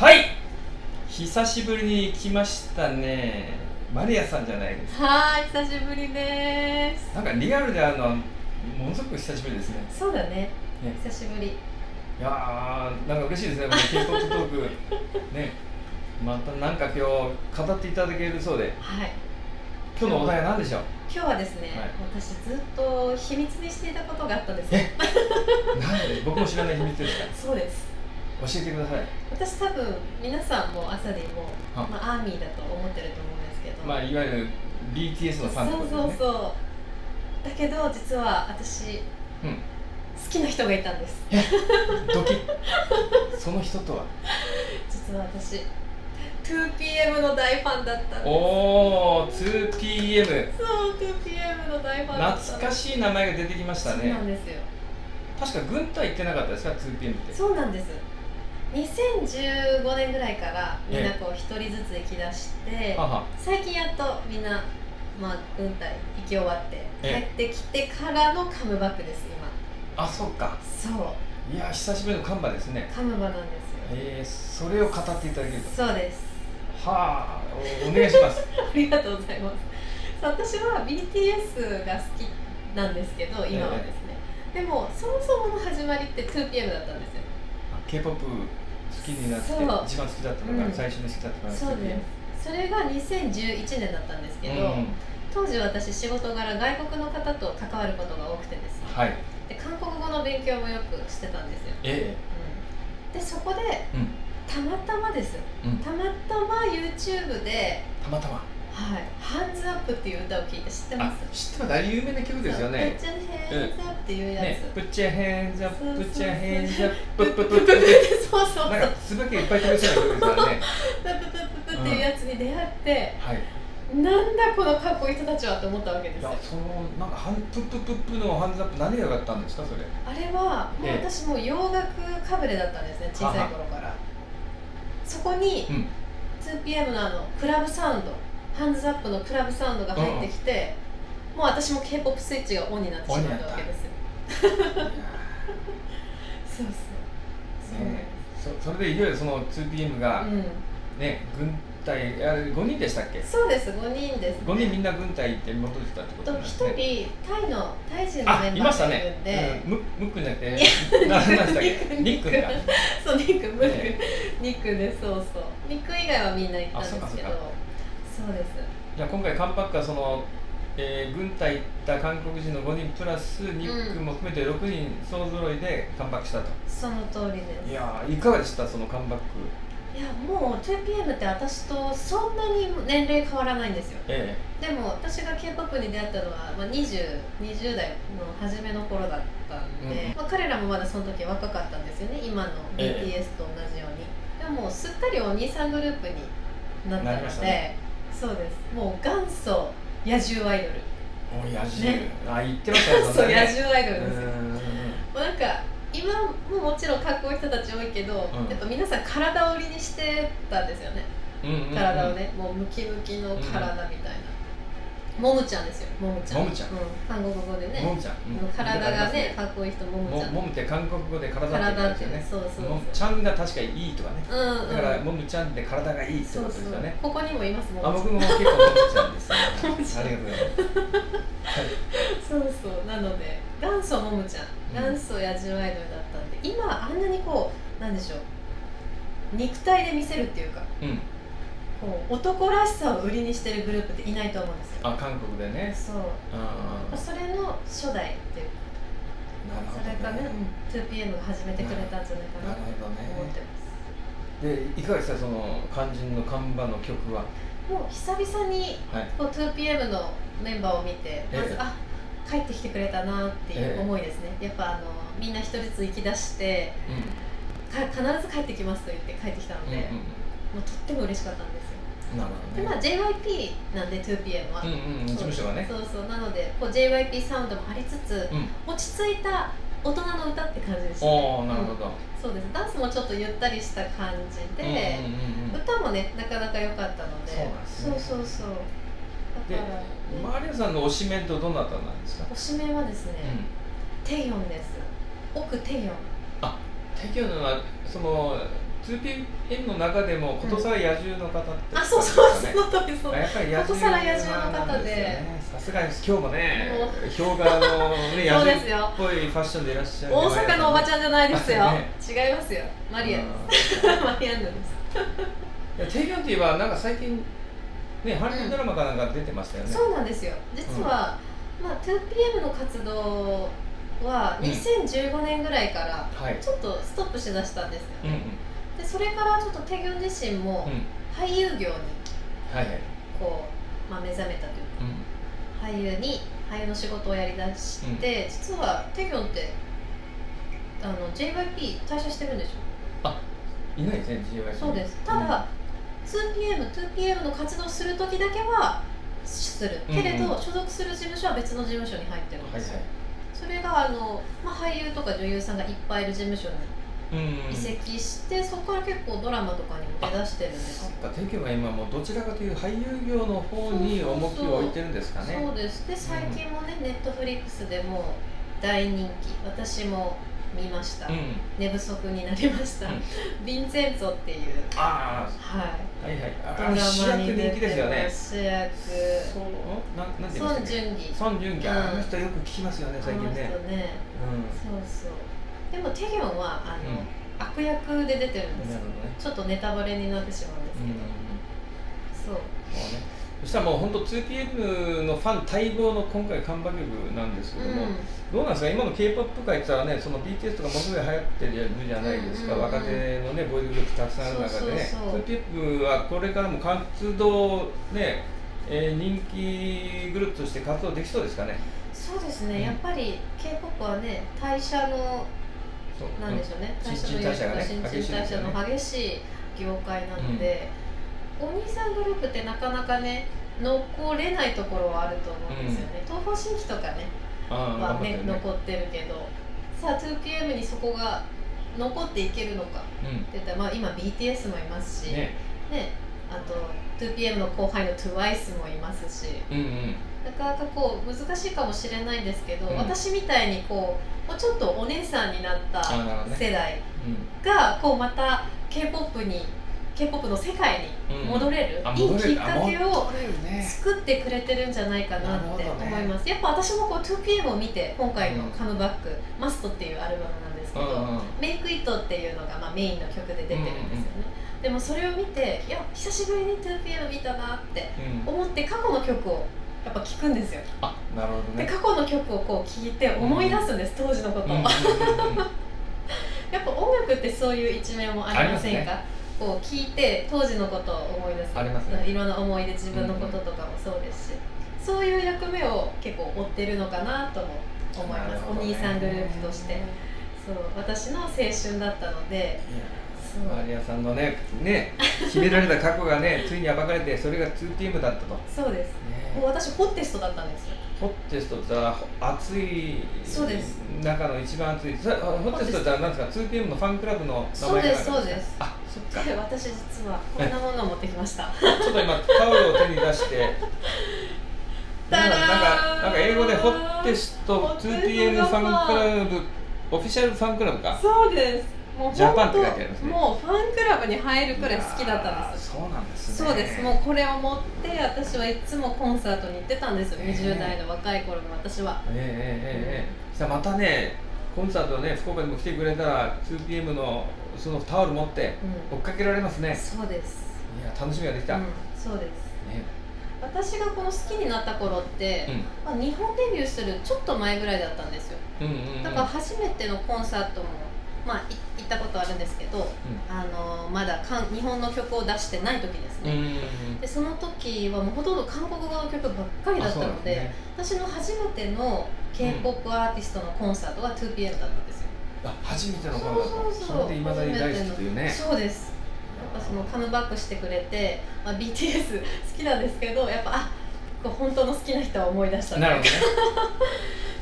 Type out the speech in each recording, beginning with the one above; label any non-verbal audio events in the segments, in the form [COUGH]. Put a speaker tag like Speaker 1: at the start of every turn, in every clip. Speaker 1: はい久しぶりに来ましたねマリアさんじゃないです
Speaker 2: はーい、久しぶりです。
Speaker 1: なんかリアルであのものすごく久しぶりですね
Speaker 2: そうだね
Speaker 1: ね。
Speaker 2: 久しぶり。
Speaker 1: いやーなんか嬉しいですねこの k p o p トー
Speaker 2: [LAUGHS]
Speaker 1: クねまたなんか今日語っていただけるそうで
Speaker 2: はい。
Speaker 1: 今日のお題は何でしょう
Speaker 2: 今日はですね、
Speaker 1: はい
Speaker 2: 私ずっと秘密にしていたことがあったんですよ。
Speaker 1: なんで僕も知らない秘密ですか
Speaker 2: そうです。
Speaker 1: 教えてください
Speaker 2: 私多分皆さんも朝でも、
Speaker 1: は
Speaker 2: まあアーミーだと思ってると思うんですけど。
Speaker 1: まあいわゆる BTS のファンって
Speaker 2: そ
Speaker 1: こと
Speaker 2: うそう
Speaker 1: ですね
Speaker 2: そう。だけど実は私、
Speaker 1: うん
Speaker 2: 好きな人がいたんです。
Speaker 1: ドキッその人とは
Speaker 2: 実は私、2PM の大ファンだったんです。
Speaker 1: おお 2PM
Speaker 2: そう、2PM の大ファンだったんです。
Speaker 1: 懐かしい名前が出てきました
Speaker 2: そうなん
Speaker 1: ね
Speaker 2: ですよ。
Speaker 1: 確か軍隊行ってなかったですか 2PM って
Speaker 2: そうなんです2015年ぐらいからみんなこう一人ずつ行きだして
Speaker 1: はは
Speaker 2: 最近やっとみんな、まあ、軍隊行き終わって
Speaker 1: え
Speaker 2: 帰ってきてからのカムバックです
Speaker 1: あそっか
Speaker 2: 今そう
Speaker 1: いや久しぶりのカンバですね
Speaker 2: カムバなんですよ
Speaker 1: えー、それを語っていただけると
Speaker 2: そうです [LAUGHS]
Speaker 1: はあおお願いします
Speaker 2: ありがとうございますそう私は BTS が好きなんですけど今はですね、でもそもそもの始まりって 2PM だったんですよ
Speaker 1: k p o p 好きになって
Speaker 2: そう
Speaker 1: 一番好きだったのが、
Speaker 2: うん
Speaker 1: 最初に好きだったのが
Speaker 2: そうですそれが2011年だったんですけ
Speaker 1: 2PM
Speaker 2: ど、
Speaker 1: うん
Speaker 2: 当時私仕事柄外国の方と関わることが多くてですね
Speaker 1: はい
Speaker 2: で韓国語の勉強もよくしてたんですよ、
Speaker 1: え
Speaker 2: うんでそこで
Speaker 1: えうん
Speaker 2: たまたまですよ、
Speaker 1: うん
Speaker 2: たまたま YouTube で
Speaker 1: たまたま
Speaker 2: 「はい、ハンズアップ」っていう歌を聴いて知って
Speaker 1: あ
Speaker 2: ます
Speaker 1: 知ってますあれ有名な曲ですよ
Speaker 2: めっ
Speaker 1: ね
Speaker 2: ちゃヘンズアップっていうやつ、
Speaker 1: ねプッチャヘンズア
Speaker 2: そう
Speaker 1: ッ
Speaker 2: そ
Speaker 1: ププ
Speaker 2: う
Speaker 1: ッチャヘンズア
Speaker 2: [LAUGHS]
Speaker 1: ッププップ
Speaker 2: プ
Speaker 1: ッ
Speaker 2: プ
Speaker 1: プ
Speaker 2: プ
Speaker 1: ップ
Speaker 2: プ
Speaker 1: ッ [LAUGHS]
Speaker 2: そうそうそう
Speaker 1: なんかつぶけいっぱい飛びそうな曲ですからね
Speaker 2: プププププっていうやつに出会って、
Speaker 1: はい
Speaker 2: なんだこのかっこいい人たちはと思ったわけで
Speaker 1: い
Speaker 2: すよ
Speaker 1: やそのなんかハンプップップップのハンズアップ何が良かったんですか
Speaker 2: [LAUGHS]
Speaker 1: それ
Speaker 2: あれはもう
Speaker 1: ええ
Speaker 2: 私もう洋楽かぶれだったんですね小さい頃からそこに
Speaker 1: うん
Speaker 2: 2PM のあのクラブサウンドハンズアップのクラブサウンドが入ってきて、もう私も k p o p スイッチがオンになってしまったわけですよそうそうそう、
Speaker 1: ねそそれでいよいよその 2PM が
Speaker 2: うん、
Speaker 1: ね、軍隊あれ5人でしたっけ
Speaker 2: そうです5人です
Speaker 1: 5人みんな軍隊行って戻ってきたってこと
Speaker 2: と
Speaker 1: なん
Speaker 2: 1
Speaker 1: です
Speaker 2: 人
Speaker 1: ね
Speaker 2: タイのタイ人の
Speaker 1: あ
Speaker 2: メン
Speaker 1: い
Speaker 2: バ
Speaker 1: ま
Speaker 2: ー
Speaker 1: した
Speaker 2: がいる
Speaker 1: ね
Speaker 2: んで、、
Speaker 1: うん、ムムックンじゃなくてななんでしたっけニッ
Speaker 2: ニッ
Speaker 1: ク
Speaker 2: ク
Speaker 1: ン
Speaker 2: ン
Speaker 1: が
Speaker 2: そうニックムック、
Speaker 1: え
Speaker 2: ニックでそうそうニック以外はみんな行ったんですけ
Speaker 1: あそ
Speaker 2: ど
Speaker 1: っかそっか
Speaker 2: そうです
Speaker 1: じゃあ今回カンパックはその、えー軍隊行った韓国人の5人プラスニックンも含めて6人総揃いでカンパックしたと、
Speaker 2: その通りです
Speaker 1: いやーいかがでしたそのカンパック
Speaker 2: いやもう 2PM って私とそんなに年齢変わらないんですよ
Speaker 1: え
Speaker 2: でも私が k p o p に出会ったのは、まあ、20, 20代の初めの頃だったんで、
Speaker 1: うん
Speaker 2: まあ、彼らもまだその時若かったんですよね今の
Speaker 1: ええ
Speaker 2: BTS と同じように、でももうすっかりお兄さんグループになった
Speaker 1: なり
Speaker 2: の
Speaker 1: まし
Speaker 2: で、
Speaker 1: たね
Speaker 2: そうですもう元祖野獣ア
Speaker 1: [LAUGHS]
Speaker 2: イドル
Speaker 1: えおやじ、
Speaker 2: ね
Speaker 1: あ言ってましたね
Speaker 2: 元
Speaker 1: そ
Speaker 2: 祖 [LAUGHS]
Speaker 1: んな
Speaker 2: 野
Speaker 1: ね
Speaker 2: 獣アイドルですよ、も
Speaker 1: う
Speaker 2: うなんか今ももちろんかっこいい人たち多いけど、
Speaker 1: うん
Speaker 2: やっぱ皆さん体折りにしてたんですよね
Speaker 1: ーんうんうんうん
Speaker 2: 体をね、もうムキムキの体みたいな、ももちゃんですよももちゃん
Speaker 1: ももちゃん
Speaker 2: う韓国語で
Speaker 1: も
Speaker 2: ね
Speaker 1: もちゃん、
Speaker 2: もう体がねかっこいい人もも
Speaker 1: も
Speaker 2: ちゃん
Speaker 1: もむって韓国語で体って言うん
Speaker 2: 体
Speaker 1: で
Speaker 2: っ
Speaker 1: す
Speaker 2: て
Speaker 1: よ
Speaker 2: ね
Speaker 1: ね
Speaker 2: そうそうそう
Speaker 1: もむちゃんが確かにいいとかね
Speaker 2: うんうん
Speaker 1: だからもむちゃんって体がいいって
Speaker 2: そ
Speaker 1: こ
Speaker 2: う
Speaker 1: とです
Speaker 2: そ
Speaker 1: よ
Speaker 2: う
Speaker 1: ね
Speaker 2: ここにもいますも
Speaker 1: あ
Speaker 2: もち
Speaker 1: 僕も結構もむちゃん
Speaker 2: [LAUGHS]
Speaker 1: です、
Speaker 2: もむちゃん
Speaker 1: ありがとうございます
Speaker 2: ゃんそうそうなので元祖ももちゃん
Speaker 1: うん
Speaker 2: 元祖野獣アイドルだったんで今あんなにこうなんでしょう肉体で見せるっていうか
Speaker 1: うん
Speaker 2: こう男らしさを売りにしてるグループっていないと思うんですよ
Speaker 1: あ韓国でね
Speaker 2: そう
Speaker 1: あー
Speaker 2: それの初代っていう
Speaker 1: な
Speaker 2: か
Speaker 1: るほど
Speaker 2: それ
Speaker 1: ね
Speaker 2: かね、うん、2PM が始めてくれたんじゃ
Speaker 1: な
Speaker 2: ないかな
Speaker 1: る
Speaker 2: と
Speaker 1: ほど
Speaker 2: 思って
Speaker 1: ね
Speaker 2: ます
Speaker 1: でいかがでしたその肝心の看板の曲は
Speaker 2: もう久々に
Speaker 1: はい
Speaker 2: こう 2PM のメンバーを見てま
Speaker 1: ええ
Speaker 2: ずあ帰ってきてくれたなってい
Speaker 1: ええ
Speaker 2: う思いですね、やっぱあのみんな一人ずつ行き出してか必ず帰ってきますと言って帰ってきたの
Speaker 1: うん、
Speaker 2: で、
Speaker 1: うん
Speaker 2: もうとっても嬉しかったんですよ
Speaker 1: うんなる
Speaker 2: でま
Speaker 1: ほど
Speaker 2: あ
Speaker 1: ね
Speaker 2: JYP なんで 2PM は、
Speaker 1: うんうん事務所がね
Speaker 2: そうそうなのでこう JYP サウンドもありつつ、
Speaker 1: うん
Speaker 2: 落ち着いた大人の歌って感じでした、ね、
Speaker 1: おおなるほど、
Speaker 2: そうですダンスもちょっとゆったりした感じで、
Speaker 1: うんうんうんうん
Speaker 2: 歌もねなかなか良かったので
Speaker 1: そうなんですね
Speaker 2: そうそうそう
Speaker 1: で
Speaker 2: だから、ね、
Speaker 1: マリアさんの推しメントどなたなんですか、
Speaker 2: おしめはですね、
Speaker 1: うん
Speaker 2: テヨンです奥テヨン
Speaker 1: テキョンのはその 2PM の中でもことさら野獣の方って、
Speaker 2: あそうそうその通りそう
Speaker 1: やっぱり
Speaker 2: ことさら野獣の方で
Speaker 1: なんすよねさすがです今日も
Speaker 2: [LAUGHS]
Speaker 1: ね
Speaker 2: もう
Speaker 1: 氷河のね野
Speaker 2: そう
Speaker 1: 獣
Speaker 2: ですよ
Speaker 1: っぽいファッションでいらっしゃる
Speaker 2: 大阪のおばちゃんじゃないですよ
Speaker 1: ね
Speaker 2: 違いますよマリアです
Speaker 1: す
Speaker 2: マリアンヌです
Speaker 1: いやテイビョンティはなんか最近ねハリウッドドラマかなんか出てましたよね、
Speaker 2: そうなんですよ実は、まあ、2PM の活動は
Speaker 1: うん
Speaker 2: 2015年ぐらいから
Speaker 1: はい
Speaker 2: ちょっとストップしだしたんです
Speaker 1: う
Speaker 2: よ
Speaker 1: んうん
Speaker 2: ね、でそれからちょっとテギョン自身
Speaker 1: う
Speaker 2: も
Speaker 1: ん
Speaker 2: 俳優業に
Speaker 1: はいはい
Speaker 2: こう、まあ、目覚めたという
Speaker 1: うん
Speaker 2: か俳優に俳優の仕事をやりだして、実はテギョンってあの JYP 退社してるんでしょ
Speaker 1: いないですね GY
Speaker 2: そうですただ、2PM2PM の活動する時だけはするけれど、
Speaker 1: うんう
Speaker 2: 所属する事務所は別の事務所に入ってるん
Speaker 1: は
Speaker 2: で
Speaker 1: い
Speaker 2: すよ、
Speaker 1: はい
Speaker 2: それがあの、まあ、俳優とか女優さんがいっぱいいる事務所に
Speaker 1: うんうん
Speaker 2: 移籍して、そこから結構ドラマとかにも出だしてるんです
Speaker 1: そ
Speaker 2: よ
Speaker 1: っか、テキョが今もうどちらかという俳優業の方に
Speaker 2: そうそう
Speaker 1: 重
Speaker 2: そう
Speaker 1: きを置いてるんですかね。
Speaker 2: そうですで最近もねネットフリックスでも大人気私も見ました、
Speaker 1: うん。
Speaker 2: 寝不足になりました、
Speaker 1: うん
Speaker 2: ヴィンチェンツォっていう
Speaker 1: あ
Speaker 2: はい
Speaker 1: あ、はいはい。
Speaker 2: ド
Speaker 1: あ
Speaker 2: ラマ
Speaker 1: あ、
Speaker 2: に
Speaker 1: 主役人気ですよ
Speaker 2: 出て
Speaker 1: ね
Speaker 2: る。主役
Speaker 1: そう、なん、なんて言いました
Speaker 2: 孫
Speaker 1: っ
Speaker 2: 淳義
Speaker 1: け。孫純喜、あ
Speaker 2: うん
Speaker 1: の人よく聞きますよね、最近ね
Speaker 2: あの。人ね
Speaker 1: う
Speaker 2: そうそうでもテギョンはあ
Speaker 1: ん。
Speaker 2: の、
Speaker 1: うん。
Speaker 2: 悪役で出てるんです
Speaker 1: な
Speaker 2: よ
Speaker 1: るほどね。
Speaker 2: ちょっとネタバレになってしまうんです
Speaker 1: うん。も
Speaker 2: けど、そう
Speaker 1: うね。そしたらもう本当 2PM のファン待望の今回看板曲なんですけども、
Speaker 2: う
Speaker 1: どうなんですか今の K-POP 界って言ったらねその BTS とかものすごい流行ってるじゃないですか、
Speaker 2: うんうんうん
Speaker 1: 若手のねボーイズグループたくさんある中でね
Speaker 2: そうそうそう
Speaker 1: 2PM はこれからも活動ね、えー人気グループとして活動できそうですかね
Speaker 2: ん、そうですね、
Speaker 1: うん
Speaker 2: やっぱり k p o p はね代謝の
Speaker 1: そう
Speaker 2: なんでしょうね、
Speaker 1: うん
Speaker 2: の
Speaker 1: 新陳代謝がね
Speaker 2: 新
Speaker 1: 激しい
Speaker 2: 陳
Speaker 1: で
Speaker 2: 代
Speaker 1: す
Speaker 2: 謝
Speaker 1: よね
Speaker 2: の激しい業界なので、お兄さんグループってなかなかね残れないところはあると思うんですよね、東方神起とかね
Speaker 1: うんあ
Speaker 2: は
Speaker 1: ー、
Speaker 2: ね
Speaker 1: 頑張って
Speaker 2: 残ってるけどさあ 2PM にそこが残っていけるのかって
Speaker 1: るね
Speaker 2: 言ったら、まあ、今 BTS もいます
Speaker 1: う
Speaker 2: し、
Speaker 1: んね
Speaker 2: ね、あと 2PM の後輩の TWICE もいますし
Speaker 1: うんうん
Speaker 2: なかなかこう難しいかもしれないんですけど、
Speaker 1: うん
Speaker 2: 私みたいにこうもうちょっとお姉さんになった
Speaker 1: あーなるほどね
Speaker 2: 世代
Speaker 1: うん
Speaker 2: がこうまた k p o p に k p o p の世界に戻れる、
Speaker 1: あ
Speaker 2: いい
Speaker 1: 戻れ
Speaker 2: きっ
Speaker 1: るあ
Speaker 2: かけを
Speaker 1: 戻れるね
Speaker 2: 作ってくれてるんじゃないかなっ
Speaker 1: な
Speaker 2: て
Speaker 1: るほどね
Speaker 2: 思います、やっぱ私もこう 2PM を見て今回の「カムバック」マスト」っていうアルバムなんですけ
Speaker 1: うん
Speaker 2: ど、
Speaker 1: うん
Speaker 2: メイクイットっていうのがまあメインの曲で出てるんですよね、でもそれを見ていや久しぶりに 2PM 見たなって
Speaker 1: うん
Speaker 2: 思って過去の曲をやっぱ聴くんですよ、
Speaker 1: あなるほど
Speaker 2: で
Speaker 1: ね
Speaker 2: 過去の曲をこう聴いて思い出すんです、当時のことを、や
Speaker 1: うんう
Speaker 2: っ
Speaker 1: んうんうん
Speaker 2: ぱ音楽ってそういう一面もありませんかこう聴いて当時のことを思い出す
Speaker 1: ありますね
Speaker 2: [LAUGHS] うんいろんな思い出自分のこととかもそうですし、そういう役目を結構追ってるのかなとも思いま
Speaker 1: なる
Speaker 2: す、
Speaker 1: ほ
Speaker 2: お
Speaker 1: どね
Speaker 2: 兄さんグループとし
Speaker 1: い
Speaker 2: てそう私の青春だったので
Speaker 1: や
Speaker 2: そう
Speaker 1: マリアさんのね、ね、秘められた過去がね、ついに暴かれて、それが 2PM だったと。
Speaker 2: そうですもう私ホッテストだったんですよ
Speaker 1: ホッテストってさ、暑い
Speaker 2: そうです
Speaker 1: 中の一番暑い、それあホッテストってなんですか、2PM のファンクラブの名
Speaker 2: そう
Speaker 1: 前
Speaker 2: で
Speaker 1: が
Speaker 2: すそうです
Speaker 1: あ、そっか、
Speaker 2: で私実はこんなものを持ってきました
Speaker 1: ちょっと今、タオルを手に出して、なんか、なんかなんか英語でホッテスト 2PM ファンクラブ、オフィシャルファンクラブか。
Speaker 2: そうですもう
Speaker 1: ジャパンって
Speaker 2: 本
Speaker 1: 書
Speaker 2: 当
Speaker 1: いてありますね
Speaker 2: もうファンクラブに入るくらい好きだったんです
Speaker 1: す。そうなんですね。
Speaker 2: そうですもうこれを持って私はいつもコンサートに行ってたんですよ20代の若い頃の私は
Speaker 1: ええええええさあまたねコンサートね福岡にも来てくれたら 2PM のそのタオル持って
Speaker 2: う
Speaker 1: 追っかけられますね
Speaker 2: んそうです
Speaker 1: いや楽しみができた、
Speaker 2: う
Speaker 1: ね
Speaker 2: んそうです私がこの好きになった頃って
Speaker 1: うん、
Speaker 2: まあ日本デビューするちょっと前ぐらいだったんですよ
Speaker 1: うんうんうん
Speaker 2: だから初めてのコンサートも、まあ、い行ったことあるんですけど、あのまだ韓日本の曲を出してない時です
Speaker 1: うんう
Speaker 2: ね、
Speaker 1: んうん
Speaker 2: でその時はもうほとんど韓国語の曲ばっかりだったので、
Speaker 1: あ
Speaker 2: 私の初めての k p o p アーティストのコンサートが 2PM だったんですよ、
Speaker 1: そうなんですねあ初めての頃だった
Speaker 2: そうそうそう
Speaker 1: れでいまだに大好きというね
Speaker 2: そうですやっぱそのカムバックしてくれて、まあ、BTS 好きなんですけどやっぱあこう本当の好きな人を思い出した
Speaker 1: なるほ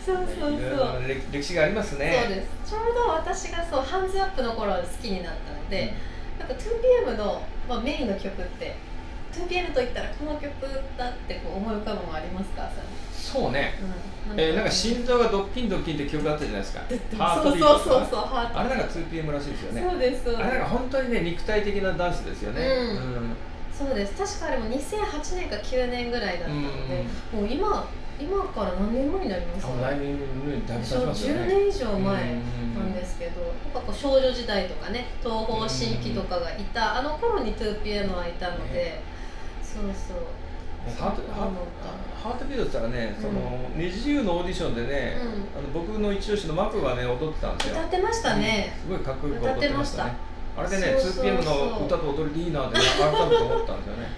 Speaker 2: そうそうそ
Speaker 1: どね
Speaker 2: う
Speaker 1: いろいろな歴歴史がありますね
Speaker 2: そうですちょうど私がそうハンズアップの頃好きになったので、やっぱ 2PM の、まあ、メインの曲って 2PM と言ったらこの曲だってこう思い浮かぶのはありますか、
Speaker 1: そうね、
Speaker 2: う
Speaker 1: えーなんか心臓がドッキンドッキンって曲あったじゃないですか
Speaker 2: そう
Speaker 1: ハートビー
Speaker 2: そ
Speaker 1: ト
Speaker 2: うそう
Speaker 1: と
Speaker 2: そう
Speaker 1: か
Speaker 2: ハート
Speaker 1: あれなんか 2PM らしいですよね
Speaker 2: そうですそう
Speaker 1: あれなん
Speaker 2: で
Speaker 1: か本当にね肉体的なダンスですよね
Speaker 2: うんすそうです確かあれも2008年か9年ぐらいだった
Speaker 1: うん
Speaker 2: ので、もう今今から何年後になります
Speaker 1: 多
Speaker 2: か
Speaker 1: 分来年のように旅立ちますよ
Speaker 2: 10
Speaker 1: ね
Speaker 2: 年以上
Speaker 1: う
Speaker 2: 前、
Speaker 1: ん
Speaker 2: なんですけど、やっぱこう少女時代とかね、東方神起とかがいた、あの頃に 2PM はいたので、そうそう、
Speaker 1: ハートハーハートビートって言ったらね、その二自由のオーディションでね、あの僕の一押しのマクがね踊ってたんですよ
Speaker 2: 歌ってましたね。
Speaker 1: すごいかっこよく踊ってましたねあれでね
Speaker 2: そうそうそう
Speaker 1: 2PM の歌と踊りでいいなって改めて思ったんです
Speaker 2: [LAUGHS]
Speaker 1: よね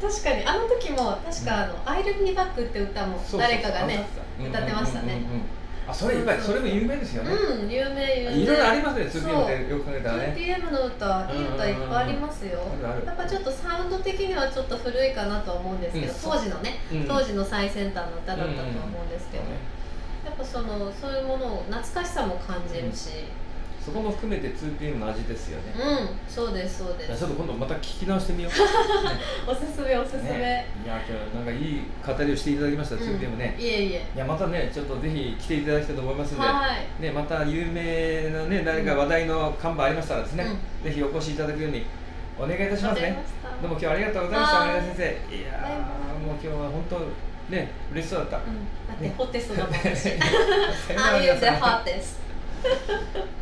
Speaker 2: 確かに、あの時も、確かあの、I'll be back って歌も
Speaker 1: そうそう
Speaker 2: 誰かがね、歌ってましたね
Speaker 1: うんうんうんうんあそれ以外それも有名ですよね
Speaker 2: うん、有名有名。
Speaker 1: いろいろありますね 2PM ってよく考えたらね
Speaker 2: 2PM の歌、いい歌いっぱいありますよ。
Speaker 1: あるある
Speaker 2: やっぱちょっとサウンド的にはちょっと古いかなとは思うんですけど、
Speaker 1: うん
Speaker 2: 当時のね、
Speaker 1: うん
Speaker 2: 当時の最先端の歌だったとは思うんですけど、やっぱそのそういうものを懐かしさも感じるし、
Speaker 1: そこも含めて 2PM の味ですよね
Speaker 2: うん、そうですそうで
Speaker 1: ちょっ
Speaker 2: す。
Speaker 1: と今度また聞き直してみ
Speaker 2: [LAUGHS]
Speaker 1: よう
Speaker 2: おすすめおすすめ。
Speaker 1: ねいや今日なんかいい語りをしていただきました 2PM ね
Speaker 2: うんいえいえ。
Speaker 1: いやまたねちょっとぜひ来ていただきたいと思いますんで
Speaker 2: はい。
Speaker 1: ね、また有名なね、誰か話題の看板ありましたらですね、ぜひお越しいただくようにお願いいたします
Speaker 2: わかり
Speaker 1: ね。
Speaker 2: ました
Speaker 1: どうも今日はありがとうございました、
Speaker 2: はい
Speaker 1: 前田先生。いやー、もう今日は本当、ね、嬉しそうだった。
Speaker 2: うん。だって
Speaker 1: ね [LAUGHS]
Speaker 2: ホテストだもん私。
Speaker 1: さよなら
Speaker 2: I'm
Speaker 1: 皆
Speaker 2: the
Speaker 1: さん
Speaker 2: hottest.